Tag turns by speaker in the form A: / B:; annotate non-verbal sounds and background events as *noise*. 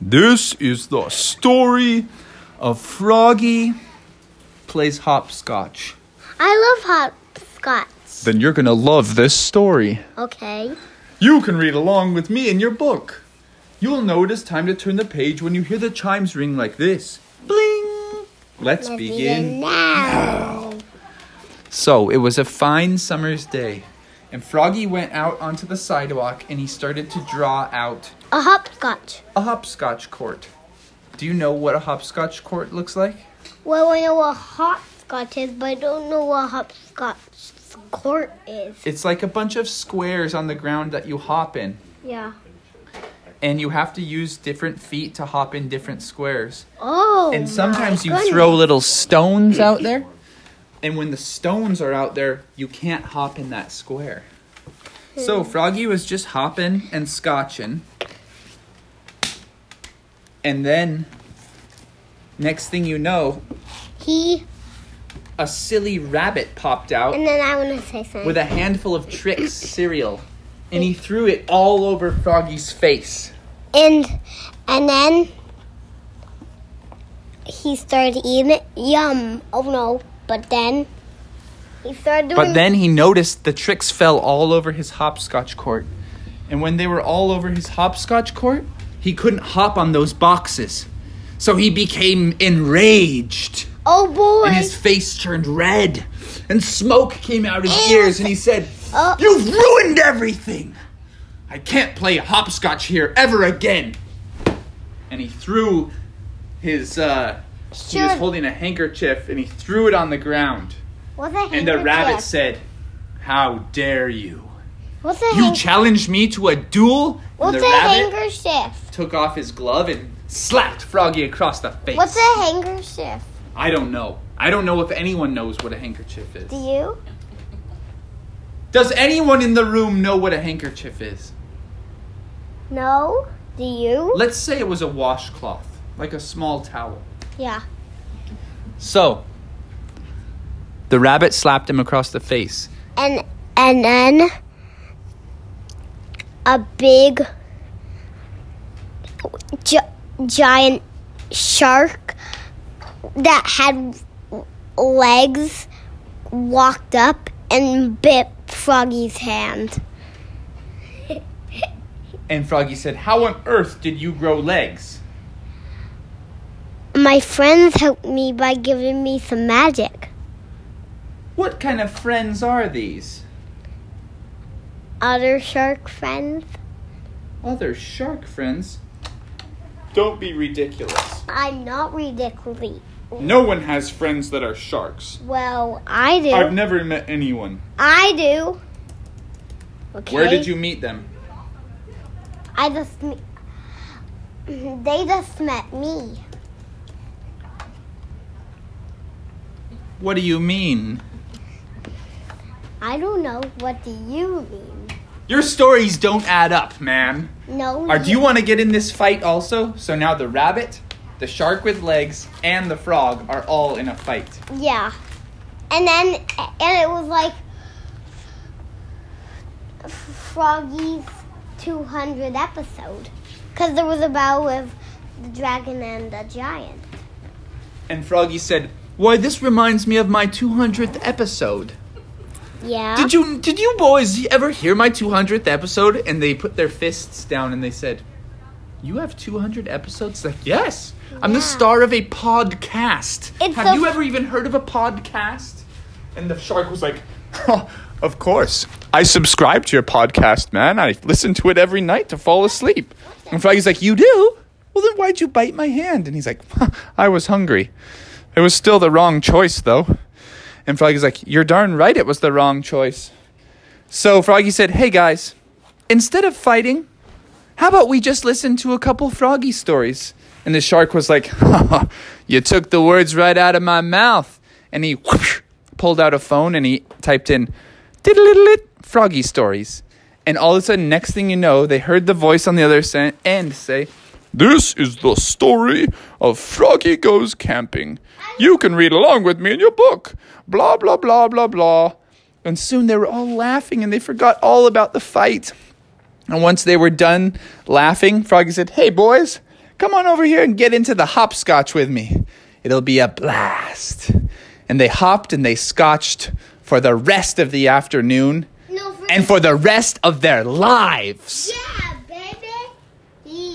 A: This is the story of Froggy plays hopscotch.
B: I love hopscotch.
A: Then you're going to love this story.
B: Okay.
A: You can read along with me in your book. You'll know it is time to turn the page when you hear the chimes ring like this. Bling! Let's
B: eh?
A: begin.
B: now.
A: So it was a fine summer's day, and Froggy went out onto the sidewalk and he started to draw out
B: A hopscotch.
A: a hopscotch court. Do you know what a hopscotch court looks like?
B: Well, I know what hopscotch is, but I don't know what hopscotch court is.
A: It's like a bunch of squares on the ground that you hop in,
B: Yeah.
A: and you have to use different feet to hop in different squares.
B: Oh.
A: And sometimes
B: my
A: you
B: goodness.
A: throw little stones out there. And when the stones are out there, you can't hop in that square. So
B: Hmm.
A: Froggy was just hopping and scotching. And then, next thing you know,
B: He.
A: a silly rabbit popped out
B: And then I want to say something.
A: with a handful of tricks cereal. And he threw it all over Froggy's face.
B: and and then he started eating it. Yum. Oh no. But then he started doing
A: But then he noticed the tricks fell all over his hopscotch court. And when they were all over his hopscotch court, he couldn't hop on those boxes. So he became enraged.
B: Oh boy.
A: And his face turned red. And smoke came out his
B: Ew.
A: ears. And he said,
B: Oh.
A: You've ruined everything. I can't play hopscotch here ever again. And he threw his, uh, he was
B: Sure.
A: holding a handkerchief and he threw it on the ground.
B: What's a
A: And the rabbit
B: handkerchief?
A: said, How dare you?
B: What's a
A: You
B: hand-
A: challenged me to a duel? And
B: What's
A: the
B: a
A: rabbit
B: handkerchief?
A: took off his glove and slapped Froggy across the face.
B: What's a handkerchief?
A: I don't know. I don't know if anyone knows what a handkerchief is.
B: Do you?
A: Does anyone in the room know what a handkerchief is?
B: No. Do you?
A: Let's say it was a washcloth, like a small towel.
B: yeah.
A: So, the rabbit slapped him across the face.
B: And and then a big gi- giant shark that had legs walked up and bit Froggy's hand.
A: And Froggy said, How on earth did you grow legs?
B: My friends helped me by giving me some magic.
A: What kind of friends are these?
B: Other shark friends.
A: other shark friends. Don't be ridiculous.
B: I'm not ridiculous.
A: No one has friends that are sharks.
B: Well, I do.
A: I've never met anyone.
B: I do. Okay.
A: Where did you meet them?
B: I just. me- They just met me.
A: What do you mean?
B: I don't know. What do you mean?
A: Your stories don't add up, man.
B: No.
A: Are, do you want to get in this fight also? So now the rabbit, the shark with legs, and the frog are all in a fight.
B: Yeah. And then, and it was like Froggy's 200 episode. Because there was a battle with the dragon and the giant.
A: And Froggy said, "Why, this reminds me of my 200th episode."
B: Yeah.
A: Did you did you boys ever hear my 200th episode? And they put their fists down and they said, "You have 200 episodes." Like, yes, I'm the
B: Yeah.
A: star of a podcast.
B: It's
A: have
B: so
A: you
B: f-
A: ever even heard of a podcast? And the shark was like, "Of course, I subscribe to your podcast, man. I listen to it every night to fall asleep." And Froggy's like, "You do? Well, then why'd you bite my hand?" And he's like, "I was hungry. It was still the wrong choice, though." And Froggy's like, You're darn right, it was the wrong choice. So Froggy said, Hey guys, instead of fighting, how about we just listen to a couple Froggy stories? And the shark was like, *laughs* You took the words right out of my mouth. And he whoosh, pulled out a phone and he typed in, Diddle Froggy stories. And all of a sudden, next thing you know, they heard the voice on the other sen- end say, This is the story of Froggy Goes Camping. You can read along with me in your book. Blah, blah, blah, blah, blah. And soon they were all laughing and they forgot all about the fight. And once they were done laughing, Froggy said, Hey, boys, Come on over here and get into the hopscotch with me. It'll be a blast. And they hopped and they scotched for the rest of the afternoon
B: No, for
A: and for the rest of their lives.
B: yeah.